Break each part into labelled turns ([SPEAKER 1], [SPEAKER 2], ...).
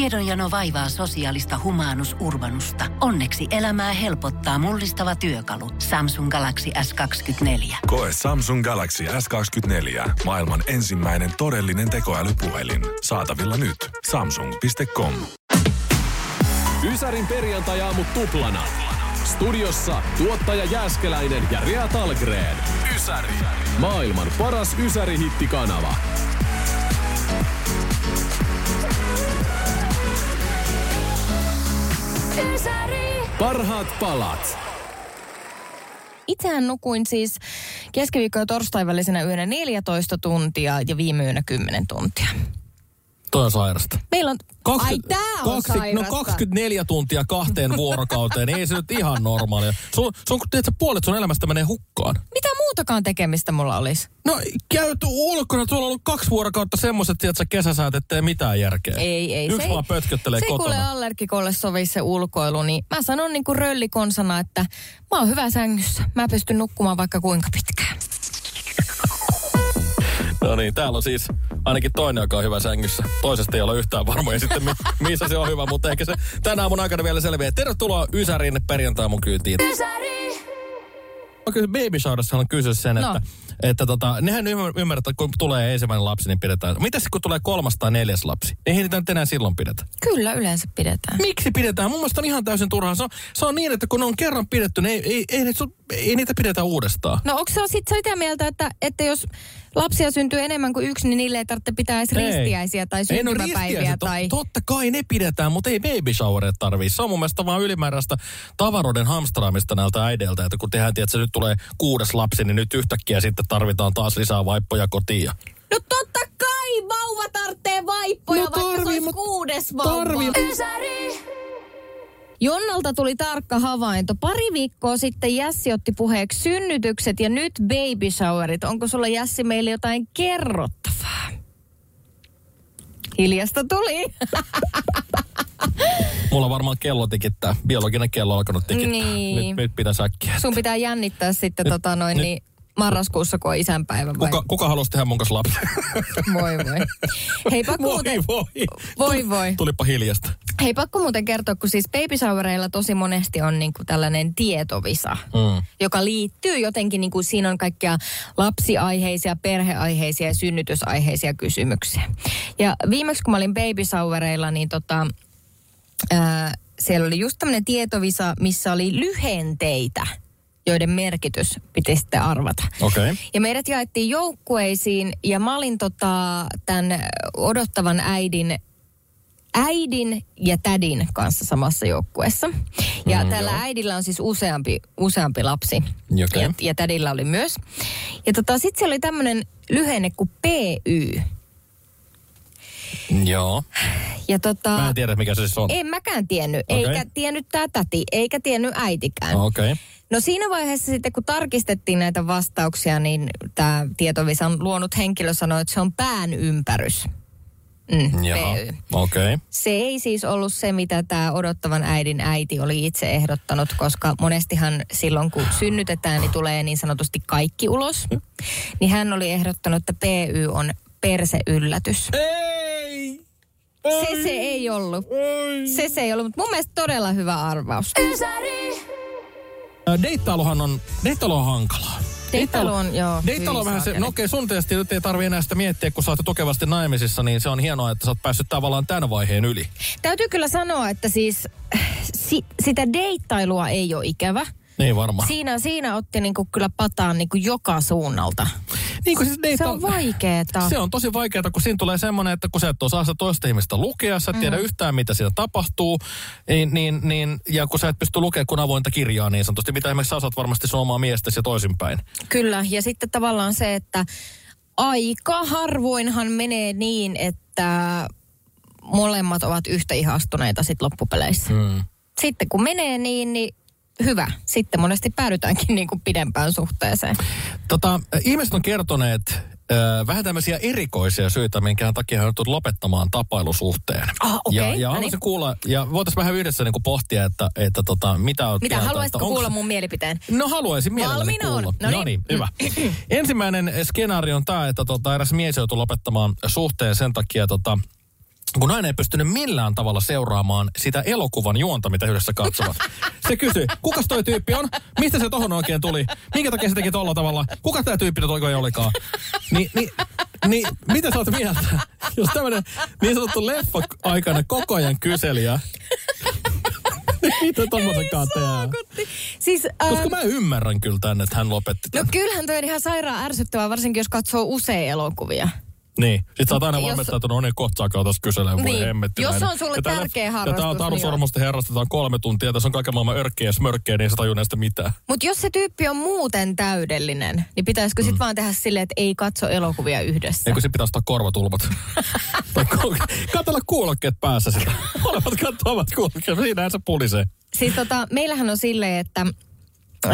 [SPEAKER 1] Tiedonjano vaivaa sosiaalista humanus urbanusta. Onneksi elämää helpottaa mullistava työkalu. Samsung Galaxy S24.
[SPEAKER 2] Koe Samsung Galaxy S24. Maailman ensimmäinen todellinen tekoälypuhelin. Saatavilla nyt. Samsung.com.
[SPEAKER 3] Ysärin perjantai-aamu tuplana. Studiossa tuottaja Jääskeläinen ja Rea Talgren. Ysäri. Maailman paras Ysäri-hittikanava. Parhaat palat.
[SPEAKER 4] Itsehän nukuin siis keskiviikko- ja torstain välisenä yönä 14 tuntia ja viime yönä 10 tuntia.
[SPEAKER 5] Toi on sairasta.
[SPEAKER 4] Meillä on...
[SPEAKER 5] Kaksikymmentä-
[SPEAKER 4] ai, tää on
[SPEAKER 5] kaksikymmentä-
[SPEAKER 4] sairasta.
[SPEAKER 5] No 24 tuntia kahteen vuorokauteen, ei se nyt ihan normaalia. Sun, sun tiedätkö, puolet sun elämästä menee hukkaan.
[SPEAKER 4] Mitä muutakaan tekemistä mulla olisi?
[SPEAKER 5] No käyt ulkona, tuolla on ollut kaksi vuorokautta semmoiset, tiedätkö, kesäsäät, ettei mitään järkeä.
[SPEAKER 4] Ei, ei.
[SPEAKER 5] Eh. Yksi
[SPEAKER 4] se
[SPEAKER 5] vaan
[SPEAKER 4] ei-
[SPEAKER 5] pötköttelee
[SPEAKER 4] Se ei kuule
[SPEAKER 5] kotona.
[SPEAKER 4] allergikolle sovi se ulkoilu, niin mä sanon niin kuin röllikonsana, että mä oon hyvä sängyssä. Mä pystyn nukkumaan vaikka kuinka pitkään.
[SPEAKER 5] No niin, täällä on siis ainakin toinen, joka on hyvä sängyssä. Toisesta ei ole yhtään varmoja sitten, mi- missä se on hyvä, mutta ehkä se tänä aamun aikana vielä selviää. Tervetuloa Ysärin perjantai mun kyytiin. Ysäri! Kyllä Baby Showerissa on kyse sen,
[SPEAKER 4] No.
[SPEAKER 5] että, että tota, nehän ymmär- ymmärtää, että kun tulee ensimmäinen lapsi, niin pidetään. Mitäs kun tulee kolmas tai neljäs lapsi? Eihän niitä nyt enää silloin pidetä.
[SPEAKER 4] Kyllä yleensä pidetään.
[SPEAKER 5] Miksi pidetään? Mun mielestä on ihan täysin turhaa. Se on, se on niin, että kun ne on kerran pidetty, niin ei, ei, ei, niitä, sun- ei niitä pidetä uudestaan.
[SPEAKER 4] No onko se sit sitä mieltä, että, että jos lapsia syntyy enemmän kuin yksi, niin niille ei tarvitse pitää edes ristiäisiä tai
[SPEAKER 5] Ei, no
[SPEAKER 4] syntymäpäiviä
[SPEAKER 5] ristiäiset on-
[SPEAKER 4] tai...
[SPEAKER 5] Totta kai ne pidetään, mutta ei baby showereita tarvii. Se on mun mielestä vaan ylimääräistä tavaroiden hamstraamista näiltä äideiltä, että kun tehdään, että nyt tulee kuudes lapsi, niin nyt yhtäkkiä sitten tarvitaan taas lisää vaippoja kotiin. ja-
[SPEAKER 4] No totta kai vauva tarvitsee vaippoja,
[SPEAKER 5] No
[SPEAKER 4] no, tarvii, vaikka
[SPEAKER 5] tarvii,
[SPEAKER 4] se olisi
[SPEAKER 5] mut-
[SPEAKER 4] kuudes vauva.
[SPEAKER 5] tarvii.
[SPEAKER 4] Ysäri! Jonnalta tuli tarkka havainto. Pari viikkoa sitten Jässi otti puheeksi synnytykset ja nyt baby showerit. Onko sulla Jässi meille jotain kerrottavaa? Hiljasta tuli.
[SPEAKER 5] Mulla varmaan kello tikittää. Biologinen kello on alkanut tikittää.
[SPEAKER 4] Niin.
[SPEAKER 5] Nyt, nyt pitää säkkiä.
[SPEAKER 4] Sun pitää jännittää sitten
[SPEAKER 5] Nyt-
[SPEAKER 4] tota noin,
[SPEAKER 5] nyt-
[SPEAKER 4] niin marraskuussa, kun on isänpäivä. vai-
[SPEAKER 5] Kuka, kuka halusi tehdä mun kanssa lapsen?
[SPEAKER 4] Voi voi. Hei pakko,
[SPEAKER 5] voi,
[SPEAKER 4] muuten,
[SPEAKER 5] voi.
[SPEAKER 4] Voi, voi.
[SPEAKER 5] Tulipa hiljasta.
[SPEAKER 4] hei, pakko muuten kertoa, kun siis baby showereilla tosi monesti on niinku tällainen tietovisa,
[SPEAKER 5] Mm.
[SPEAKER 4] joka liittyy jotenkin, niinku, siinä on kaikkia lapsiaiheisia, perheaiheisia ja synnytysaiheisia kysymyksiä. Ja viimeksi kun mä olin baby showereilla, niin tota, ää, siellä oli just tämmöinen tietovisa, missä oli lyhenteitä, joiden merkitys piti sitten arvata.
[SPEAKER 5] Okei. Okay.
[SPEAKER 4] Ja meidät jaettiin joukkueisiin ja mä olin tota, tämän odottavan äidin äidin ja tädin kanssa samassa joukkueessa. Ja mm, tällä joo. äidillä on siis useampi, useampi lapsi.
[SPEAKER 5] Okei.
[SPEAKER 4] Ja, ja tädillä oli myös. Ja tota, sitten siellä oli tämmöinen lyhenne kuin PY.
[SPEAKER 5] Joo.
[SPEAKER 4] Ja tota,
[SPEAKER 5] Mä en tiedä, mikä se siis on.
[SPEAKER 4] en mäkään tiennyt.
[SPEAKER 5] Okei.
[SPEAKER 4] Okay. Eikä tiennyt tämä täti, eikä tiennyt äitikään.
[SPEAKER 5] Okei. Okay.
[SPEAKER 4] No siinä vaiheessa sitten, kun tarkistettiin näitä vastauksia, niin tämä tietovisan luonut henkilö sanoi, että se on pään ympärys. Mm, PY.
[SPEAKER 5] Okei. Okay.
[SPEAKER 4] Se ei siis ollut se, mitä tämä odottavan äidin äiti oli itse ehdottanut, koska monestihan silloin, kun synnytetään, niin tulee niin sanotusti kaikki ulos. Niin hän oli ehdottanut, että PY on perseyllätys.
[SPEAKER 5] Ei!
[SPEAKER 4] Se se ei ollut. Se se ei ollut, mutta mun mielestä todella hyvä arvaus.
[SPEAKER 5] Ää, Deittailuhan on, deittailu on hankalaa.
[SPEAKER 4] Deittailu on, joo.
[SPEAKER 5] Deittailu on
[SPEAKER 4] hyvin
[SPEAKER 5] vähän se, no
[SPEAKER 4] saakeli.
[SPEAKER 5] okei, sun tietysti nyt ei tarvi enää sitä miettiä, kun sä oot jo tukevasti naimisissa, niin se on hienoa, että sä oot päässyt tavallaan tämän vaiheen yli.
[SPEAKER 4] Täytyy kyllä sanoa, että siis si, sitä deittailua ei ole ikävä.
[SPEAKER 5] Niin varmaan. Si-
[SPEAKER 4] Siinä, siinä otti niinku kyllä pataan niinku joka suunnalta.
[SPEAKER 5] niin kuin siis
[SPEAKER 4] Se
[SPEAKER 5] deitta-
[SPEAKER 4] on vaikeeta.
[SPEAKER 5] Se on tosi vaikeaa, kun siinä tulee semmoinen, että kun sä et osaa sitä toista ihmistä lukea, sä et
[SPEAKER 4] Mm.
[SPEAKER 5] tiedä yhtään, mitä siinä tapahtuu, niin, niin, niin, ja kun sä et pysty lukemaan kuin avointa kirjaa niin sanotusti, mitä esimerkiksi sä osaat varmasti sun omaa miestäsi ja toisinpäin.
[SPEAKER 4] Kyllä, ja sitten tavallaan se, että aika harvoinhan menee niin, että molemmat ovat yhtä ihastuneita sit loppupeleissä.
[SPEAKER 5] Mm.
[SPEAKER 4] Sitten kun menee niin, niin hyvä. Sitten monesti päädytäänkin niinku pidempään suhteeseen.
[SPEAKER 5] Tota, ihmiset on kertoneet ö, vähän tämmöisiä erikoisia syitä, minkä takia hän joutuu lopettamaan tapailusuhteen.
[SPEAKER 4] Ah, okei,
[SPEAKER 5] Ja, ja
[SPEAKER 4] no
[SPEAKER 5] haluaisin
[SPEAKER 4] niin.
[SPEAKER 5] kuulla, ja voitaisiin vähän yhdessä niin pohtia, että, että tota, mitä on
[SPEAKER 4] Mitä, haluaisitko kuulla mun mielipiteen?
[SPEAKER 5] No haluaisin mielelläni
[SPEAKER 4] Valmiina on.
[SPEAKER 5] kuulla.
[SPEAKER 4] No niin.
[SPEAKER 5] No niin, hyvä. Ensimmäinen skenaario on tämä, että tota, eräs mies joutui lopettamaan suhteen sen takia, tota, kun nainen ei pystynyt millään tavalla seuraamaan sitä elokuvan juonta, mitä yhdessä katsovat. Se kysyi, kuka toi tyyppi on? Mistä se tohon oikein tuli? Minkä takia se teki tolla tavalla? Kuka tämä tyyppi nyt oikein olikaan? Niin, niin, niin, mitä sä oot mieltä? Jos tämmönen niin sanottu leffa aikana koko ajan kyselijä. Mitä tommosen tehdään?
[SPEAKER 4] Saakutti. Siis,
[SPEAKER 5] Koska
[SPEAKER 4] ähm,
[SPEAKER 5] mä ymmärrän kyllä tänne, että hän lopetti.
[SPEAKER 4] no kyllähän toi on ihan sairaan ärsyttävää, varsinkin jos katsoo usein elokuvia.
[SPEAKER 5] Niin. Sitten sä oot aina
[SPEAKER 4] Jos-
[SPEAKER 5] varmistaa, että no niin, kohta saakaa tässä kyselemään. Voi
[SPEAKER 4] Niin.
[SPEAKER 5] hemmetti
[SPEAKER 4] Jos
[SPEAKER 5] näin.
[SPEAKER 4] on sulle
[SPEAKER 5] Ja tää
[SPEAKER 4] tärkeä
[SPEAKER 5] leff- Ja tää on
[SPEAKER 4] harrastus,
[SPEAKER 5] Taru
[SPEAKER 4] niin joo.
[SPEAKER 5] Sormusten herrastetaan kolme tuntia. Tässä on kaiken maailman örkkiä ja smörkkiä, niin sä tajuu näistä mitään.
[SPEAKER 4] Mutta jos se tyyppi on muuten täydellinen, niin pitäisikö
[SPEAKER 5] Mm.
[SPEAKER 4] sitten vaan tehdä silleen, että ei katso elokuvia yhdessä?
[SPEAKER 5] Eikö se pitäisi ottaa korvatulpat? Tai ko- Katsella kuulokkeet päässä sitä. Molemmat katsoo omat kuulokkeet. Siinähän se pulisee.
[SPEAKER 4] Siis tota, meillähän on silleen, että,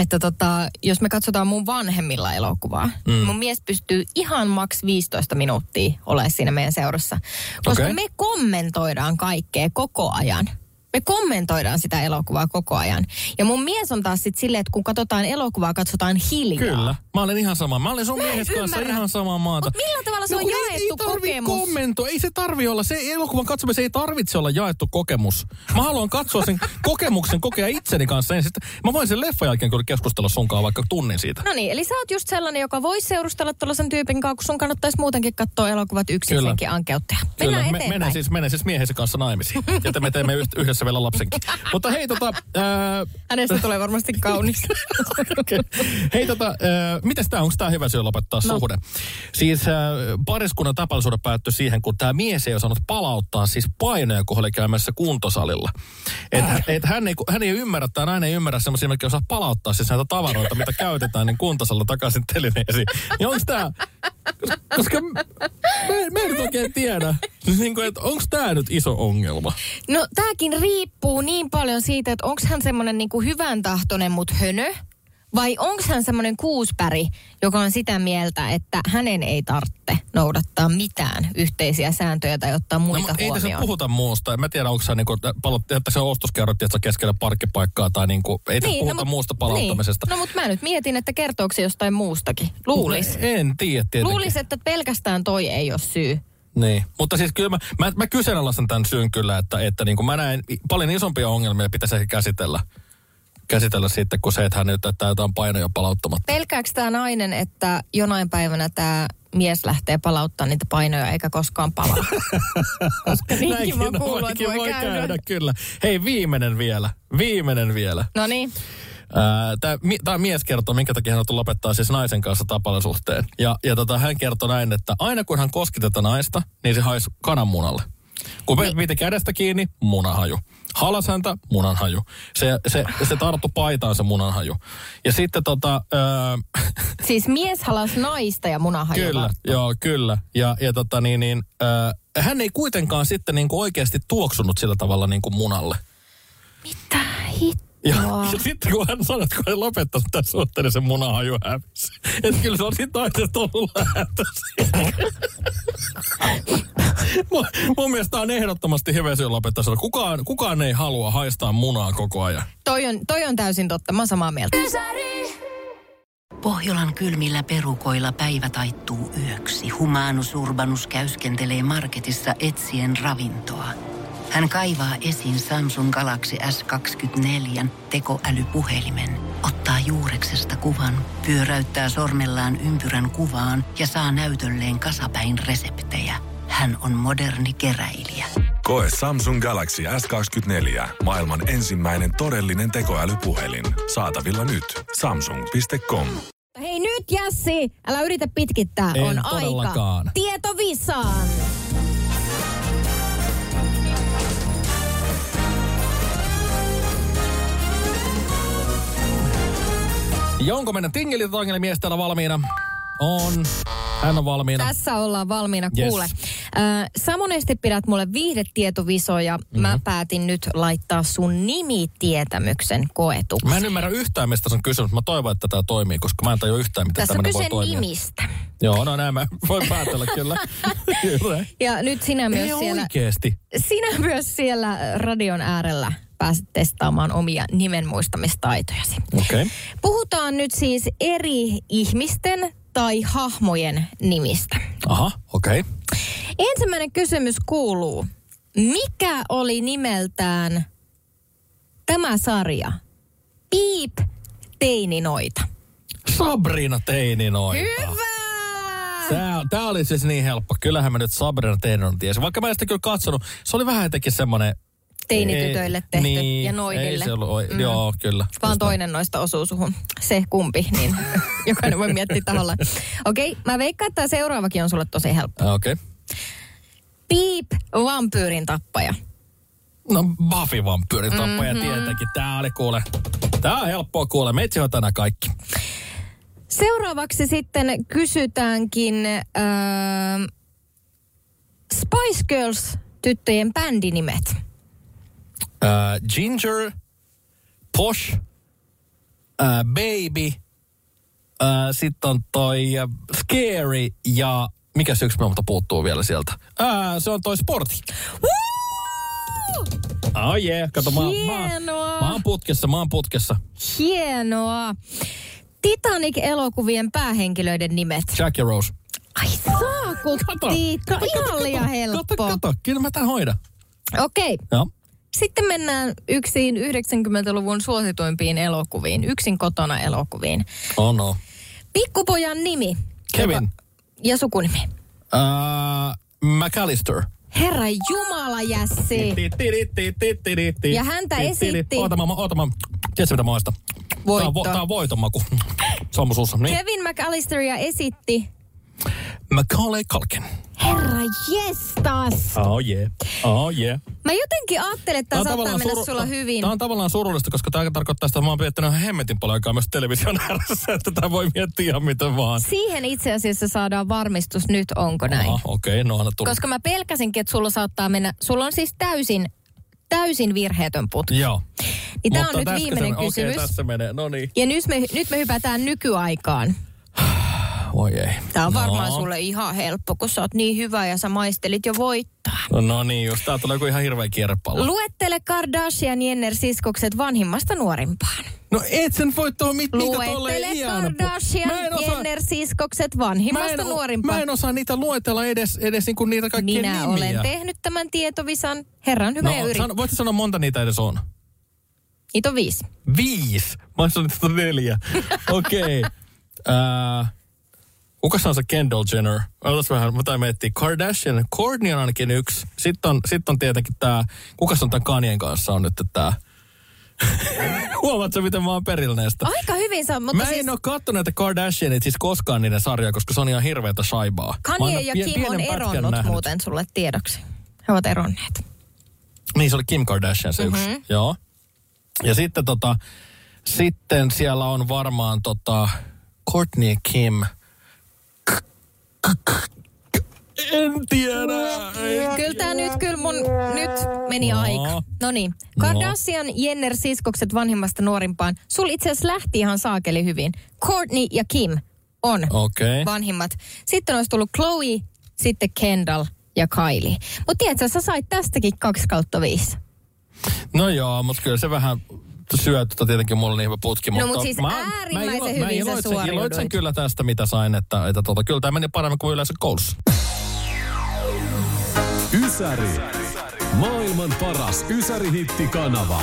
[SPEAKER 4] että tota, jos me katsotaan mun vanhemmilla elokuvaa, mm. mun mies pystyy ihan maks 15 minuuttia olemaan siinä meidän seurassa. Koska
[SPEAKER 5] Okei.
[SPEAKER 4] okay. me kommentoidaan kaikkea koko ajan. Me kommentoidaan sitä elokuvaa koko ajan. Ja mun mies on taas sitten silleen, että kun katsotaan elokuvaa, katsotaan hiljaa.
[SPEAKER 5] Kyllä. Mä olin ihan sama. Mä olin sun
[SPEAKER 4] Mä en
[SPEAKER 5] miehes kanssa
[SPEAKER 4] ymmärrä.
[SPEAKER 5] ihan samaa maata.
[SPEAKER 4] Mut millä tavalla se on
[SPEAKER 5] kun
[SPEAKER 4] jaettu
[SPEAKER 5] ei, ei tarvi
[SPEAKER 4] kokemus?
[SPEAKER 5] Kommento. Ei se tarvi olla. Se elokuvan katsominen se ei tarvitse olla jaettu kokemus. Mä haluan katsoa sen kokemuksen kokea itseni kanssa ensin. Mä voin sen leffan jälkeen kyllä keskustella sunkaan vaikka tunnin siitä.
[SPEAKER 4] No niin, eli sä oot just sellainen, joka voi seurustella tuollaisen tyypin kanssa, kun sun kannattaisi muutenkin katsoa elokuvat yksin
[SPEAKER 5] Kyllä.
[SPEAKER 4] senkin ankeutteja.
[SPEAKER 5] Kyllä,
[SPEAKER 4] Mennään
[SPEAKER 5] me,
[SPEAKER 4] eteenpäin.
[SPEAKER 5] menen, siis, menen siis miehensä kanssa naimisiin. Ja te- me teemme yht- yhdessä vielä lapsenkin. Mutta hei tota... Ää,
[SPEAKER 4] Hänestä tulee varmasti kaunis.
[SPEAKER 5] Okei. Hei tota, äh, mitäs tää, onko tää hyvä syy lopettaa no. suhde? Siis äh, pariskunnan tapallisuudet päättyi siihen, kun tämä mies ei osannut palauttaa siis painoja, kun oli käymässä kuntosalilla. Et, et hän, ei, hän ei ymmärrä, tai nainen ei ymmärrä semmoisia, mikä osaa palauttaa siis näitä tavaroita, mitä käytetään, niin kuntosalilla takaisin telineisiin. Ja onko tää, kos- koska mä, en- mä en nyt oikein tiedä, niin kuin, että onko tää nyt iso ongelma?
[SPEAKER 4] No tämäkin riippuu niin paljon siitä, että onko hän semmoinen niinku hyvän tahtoinen, mutta hönö. Vai onko hän semmoinen kuuspäri, joka on sitä mieltä, että hänen ei tarvitse noudattaa mitään yhteisiä sääntöjä tai ottaa muita
[SPEAKER 5] mut
[SPEAKER 4] no,
[SPEAKER 5] ei tässä
[SPEAKER 4] huomioon?
[SPEAKER 5] puhuta muusta. En mä tiedä, onko se niinku, palot, että se on ostoskerrot, että keskellä parkkipaikkaa tai niinku, ei tässä puhuta
[SPEAKER 4] Niin, no, mut-
[SPEAKER 5] muusta palauttamisesta.
[SPEAKER 4] Niin. No mutta mä nyt mietin, että kertooko se jostain muustakin. Luulis.
[SPEAKER 5] En tiedä tietenkin.
[SPEAKER 4] Luulis, että pelkästään toi ei ole syy.
[SPEAKER 5] Niin. Mutta siis kyllä mä, mä, mä kyseenalaistan tämän syyn kyllä, että, että niinku mä näen paljon isompia ongelmia pitäisi ehkä käsitellä käsitellä sitten, kun se, että hän nyt jättää jotain painoja palauttamatta.
[SPEAKER 4] Pelkääkö tämä nainen, että jonain päivänä tämä mies lähtee palauttamaan niitä painoja eikä koskaan palaa? Koska niinkin voi kuulua, että voi,
[SPEAKER 5] voi
[SPEAKER 4] käydä.
[SPEAKER 5] käydä. kyllä. Hei, viimeinen vielä. Viimeinen vielä.
[SPEAKER 4] No niin.
[SPEAKER 5] Tämä mies kertoo, minkä takia hän on lopettaa siis naisen kanssa tapallisuhteen. Ja, ja tota, hän kertoo näin, että aina kun hän koski tätä naista, niin se haisi kananmunalle. Kun niin. piti kädestä kiinni, munahaju. Halas häntä, munanhaju. Se, se, se tarttu paitaan se munanhaju. Ja sitten tota, öö,
[SPEAKER 4] Siis mies halas naista ja munahaju.
[SPEAKER 5] Kyllä, joo, kyllä. Ja, ja tota niin, niin äh, hän ei kuitenkaan sitten niin kuin oikeasti tuoksunut sillä tavalla niin kuin munalle. Mitä ja, ja sitten kun hän sanoi, että kun hän lopettanut tämän suhteen, niin se munahaju hävisi. Että kyllä se on siitä naisesta ollut lähtöisin. mun, mun mielestä tää on ehdottomasti hyvä syy lopettaa se. Kukaan, kukaan ei halua haistaa munaa koko ajan.
[SPEAKER 4] Toi on, toi on täysin totta, mä oon samaa mieltä.
[SPEAKER 1] Pohjolan kylmillä perukoilla päivä taittuu yöksi. Humanus Urbanus käyskentelee marketissa etsien ravintoa. Hän kaivaa esiin Samsung Galaxy S24 tekoälypuhelimen, ottaa juureksesta kuvan, pyöräyttää sormellaan ympyrän kuvaan ja saa näytölleen kasapäin reseptejä. Hän on moderni keräilijä.
[SPEAKER 2] Koe Samsung Galaxy S24. Maailman ensimmäinen todellinen tekoälypuhelin. Saatavilla nyt. Samsung.com.
[SPEAKER 4] Hei nyt Jassi, älä yritä pitkittää,
[SPEAKER 5] En
[SPEAKER 4] on
[SPEAKER 5] todellakaan.
[SPEAKER 4] aika. Tietovisaan.
[SPEAKER 5] Ja onko meidän tingelitangeli mies täällä valmiina? On. Hän on valmiina.
[SPEAKER 4] Tässä ollaan valmiina,
[SPEAKER 5] Yes.
[SPEAKER 4] kuule. Äh, sä monesti pidät mulle viihdetietovisoja. Mm-hmm. Mä päätin nyt laittaa sun nimitietämyksen koetu.
[SPEAKER 5] Mä en ymmärrä yhtään, mistä se on kysymys. Mä toivon, että tämä toimii, koska mä en tajua yhtään, miten
[SPEAKER 4] Tässä on
[SPEAKER 5] tämmöinen voi
[SPEAKER 4] kyse
[SPEAKER 5] toimia.
[SPEAKER 4] nimistä.
[SPEAKER 5] Joo, no näin mä voin päätellä kyllä. kyllä.
[SPEAKER 4] Ja nyt sinä myös,
[SPEAKER 5] Ei
[SPEAKER 4] siellä,
[SPEAKER 5] oikeesti.
[SPEAKER 4] sinä myös siellä radion äärellä pääset testaamaan omia nimenmuistamistaitojasi.
[SPEAKER 5] Okei. Okay.
[SPEAKER 4] Puhutaan nyt siis eri ihmisten tai hahmojen nimistä.
[SPEAKER 5] Aha, okei. Okay.
[SPEAKER 4] Ensimmäinen kysymys kuuluu, mikä oli nimeltään tämä sarja? Piip teininoita.
[SPEAKER 5] Sabrina Teininoita.
[SPEAKER 4] Hyvä!
[SPEAKER 5] Tää, tää oli siis niin helppo. Kyllähän mä nyt Sabrina Teininon tiesin. Vaikka mä en sitä kyllä katsonut, se oli vähän jotenkin semmonen...
[SPEAKER 4] Teinitytöille
[SPEAKER 5] ei-
[SPEAKER 4] tehty
[SPEAKER 5] niin,
[SPEAKER 4] ja noidille.
[SPEAKER 5] Ei se ollut, oi, mm. joo, kyllä.
[SPEAKER 4] Vaan
[SPEAKER 5] Just
[SPEAKER 4] toinen noista osuu suhun. Se kumpi, niin jokainen voi miettiä taholla. Okei, mä veikkaan, että tämä seuraavakin on sulle tosi helppo.
[SPEAKER 5] näin. Okei. Okay.
[SPEAKER 4] Piip, vampyyrin tappaja.
[SPEAKER 5] No Buffy vampyyrin tappaja
[SPEAKER 4] Mhm.
[SPEAKER 5] mm-hmm. tietenkin. Tää oli kuule. Tää on helppoa kuule. Meitsi on tänään kaikki.
[SPEAKER 4] Seuraavaksi sitten kysytäänkin äh, Spice Girls tyttöjen bändinimet.
[SPEAKER 5] Äh, Ginger, Posh, äh, Baby, äh, sitten on toi äh, Scary ja mikä se yksi muuta puuttuu vielä sieltä? Äh, se on toi Sporti.
[SPEAKER 4] Woo!
[SPEAKER 5] Oh yeah, kato mä, oon- mä, oon-
[SPEAKER 4] Hienoa.
[SPEAKER 5] mä oon putkessa, mä oon putkessa.
[SPEAKER 4] Hienoa. Titanic-elokuvien päähenkilöiden nimet.
[SPEAKER 5] Jack ja Rose.
[SPEAKER 4] Ai saakutti. Ihan liian
[SPEAKER 5] Kato,
[SPEAKER 4] helppo.
[SPEAKER 5] kato, kyllä mä tämän hoidan.
[SPEAKER 4] Okei.
[SPEAKER 5] Joo.
[SPEAKER 4] Sitten mennään yksiin 90-luvun suosituimpiin elokuviin, yksin kotona elokuviin.
[SPEAKER 5] Oh no.
[SPEAKER 4] Pikkupojan nimi.
[SPEAKER 5] Kevin.
[SPEAKER 4] Joka, ja sukunimi.
[SPEAKER 5] Äh, McAllister.
[SPEAKER 4] Herra Jumala jässi. Ja häntä esitti-
[SPEAKER 5] Oota mä, oota mä. Tiedätkö mitä mä oistan? Tää on, vo-
[SPEAKER 4] Voitto.
[SPEAKER 5] tää on voiton maku. Se on mun suussa. Niin.
[SPEAKER 4] Kevin McAllisteria esitti.
[SPEAKER 5] Macaulay Culkin.
[SPEAKER 4] Herra jestas.
[SPEAKER 5] Oh yeah. Oh yeah.
[SPEAKER 4] Mä jotenkin ajattelin, että tämä saattaa mennä sulla hyvin.
[SPEAKER 5] Tämä on tavallaan surullista, koska tämä tarkoittaa sitä, että mä oon viettänyt ihan hemmetin paljon aikaa myös television ääressä, että tämä voi miettiä ihan miten vaan.
[SPEAKER 4] Siihen itse asiassa saadaan varmistus nyt, onko näin.
[SPEAKER 5] Aha, Okei, okay, no anna tulla.
[SPEAKER 4] Koska mä pelkäsinkin, että sulla saattaa mennä, sulla on siis täysin, täysin virheetön putki.
[SPEAKER 5] Joo.
[SPEAKER 4] Niin tää
[SPEAKER 5] Mutta
[SPEAKER 4] on nyt
[SPEAKER 5] tässä
[SPEAKER 4] viimeinen
[SPEAKER 5] se- okei,
[SPEAKER 4] kysymys.
[SPEAKER 5] tässä menee. No niin.
[SPEAKER 4] Ja nyt me, nyt me hypätään nykyaikaan.
[SPEAKER 5] Voi ei.
[SPEAKER 4] Tämä on
[SPEAKER 5] no.
[SPEAKER 4] varmaan sulle ihan helppo, kun sä oot niin hyvä ja sä maistelit jo voittaa.
[SPEAKER 5] No niin, just tää tulee joku ihan hirveä kierrepallo.
[SPEAKER 4] Luettele Kardashian Jenner siskokset vanhimmasta nuorimpaan.
[SPEAKER 5] No et sen voi tuohon mit, niitä
[SPEAKER 4] Luettele
[SPEAKER 5] tolleen iän.
[SPEAKER 4] Kardashian Jenner siskokset vanhimmasta nuorimpaan.
[SPEAKER 5] mä en osaa niitä luetella edes, edes niinku niitä kaikkia
[SPEAKER 4] Minä
[SPEAKER 5] nimiä.
[SPEAKER 4] olen tehnyt tämän tietovisan. Herran hyvä
[SPEAKER 5] No,
[SPEAKER 4] no, ja yrit.
[SPEAKER 5] sano, voitko sanoa monta niitä edes on?
[SPEAKER 4] Niitä on viisi.
[SPEAKER 5] Viisi. Mä oon sanonut, että on neljä. Okei. Äh, Kukas on se Kendall Jenner? Otas vähän, mä tai miettii. Kardashian, Kourtney on ainakin yksi. Sitten on, sit on tietenkin tää, kukas on tän Kanien kanssa on nyt tää. Huomaatko, miten mä oon perillä näistä?
[SPEAKER 4] Aika hyvin saa, mutta
[SPEAKER 5] Mä en
[SPEAKER 4] siis...
[SPEAKER 5] oo kattonut näitä Kardashianit siis koskaan niiden sarjaa, koska se on ihan hirveätä saibaa. Mä oon
[SPEAKER 4] Kanye ja
[SPEAKER 5] pie-
[SPEAKER 4] Kim
[SPEAKER 5] pienen
[SPEAKER 4] on
[SPEAKER 5] pätkän
[SPEAKER 4] eronnut
[SPEAKER 5] nähnyt.
[SPEAKER 4] muuten sulle tiedoksi. He ovat eronneet.
[SPEAKER 5] Niin, se oli Kim Kardashian se yksi. Mm-hmm. Joo. Ja sitten tota, sitten siellä on varmaan tota, Courtney ja Kim. K- k- k- En tiedä. Ei-
[SPEAKER 4] Kyllä tää nyt, kyllä mun, nyt meni
[SPEAKER 5] No.
[SPEAKER 4] aika. No niin.
[SPEAKER 5] No.
[SPEAKER 4] Kardashian, Jenner, siskokset vanhimmasta nuorimpaan. Sul itse asiassa lähti ihan saakeli hyvin. Courtney ja Kim on
[SPEAKER 5] Okei.
[SPEAKER 4] vanhimmat. Sitten olisi tullut Chloe, sitten Kendall ja Kylie. Mutta tiedätkö, sä sait tästäkin 2 kautta 5.
[SPEAKER 5] No joo, mutta kyllä se vähän syö tota tietenkin mulla niin hyvä putki.
[SPEAKER 4] No,
[SPEAKER 5] mutta
[SPEAKER 4] mut siis äärimmäisen hyvin sä
[SPEAKER 5] iloitsen,
[SPEAKER 4] suoriuduit.
[SPEAKER 5] iloitsen kyllä tästä, mitä sain, että, että tota, kyllä tämä meni paremmin kuin yleensä koulussa.
[SPEAKER 3] Ysäri. Maailman paras Ysäri-hittikanava.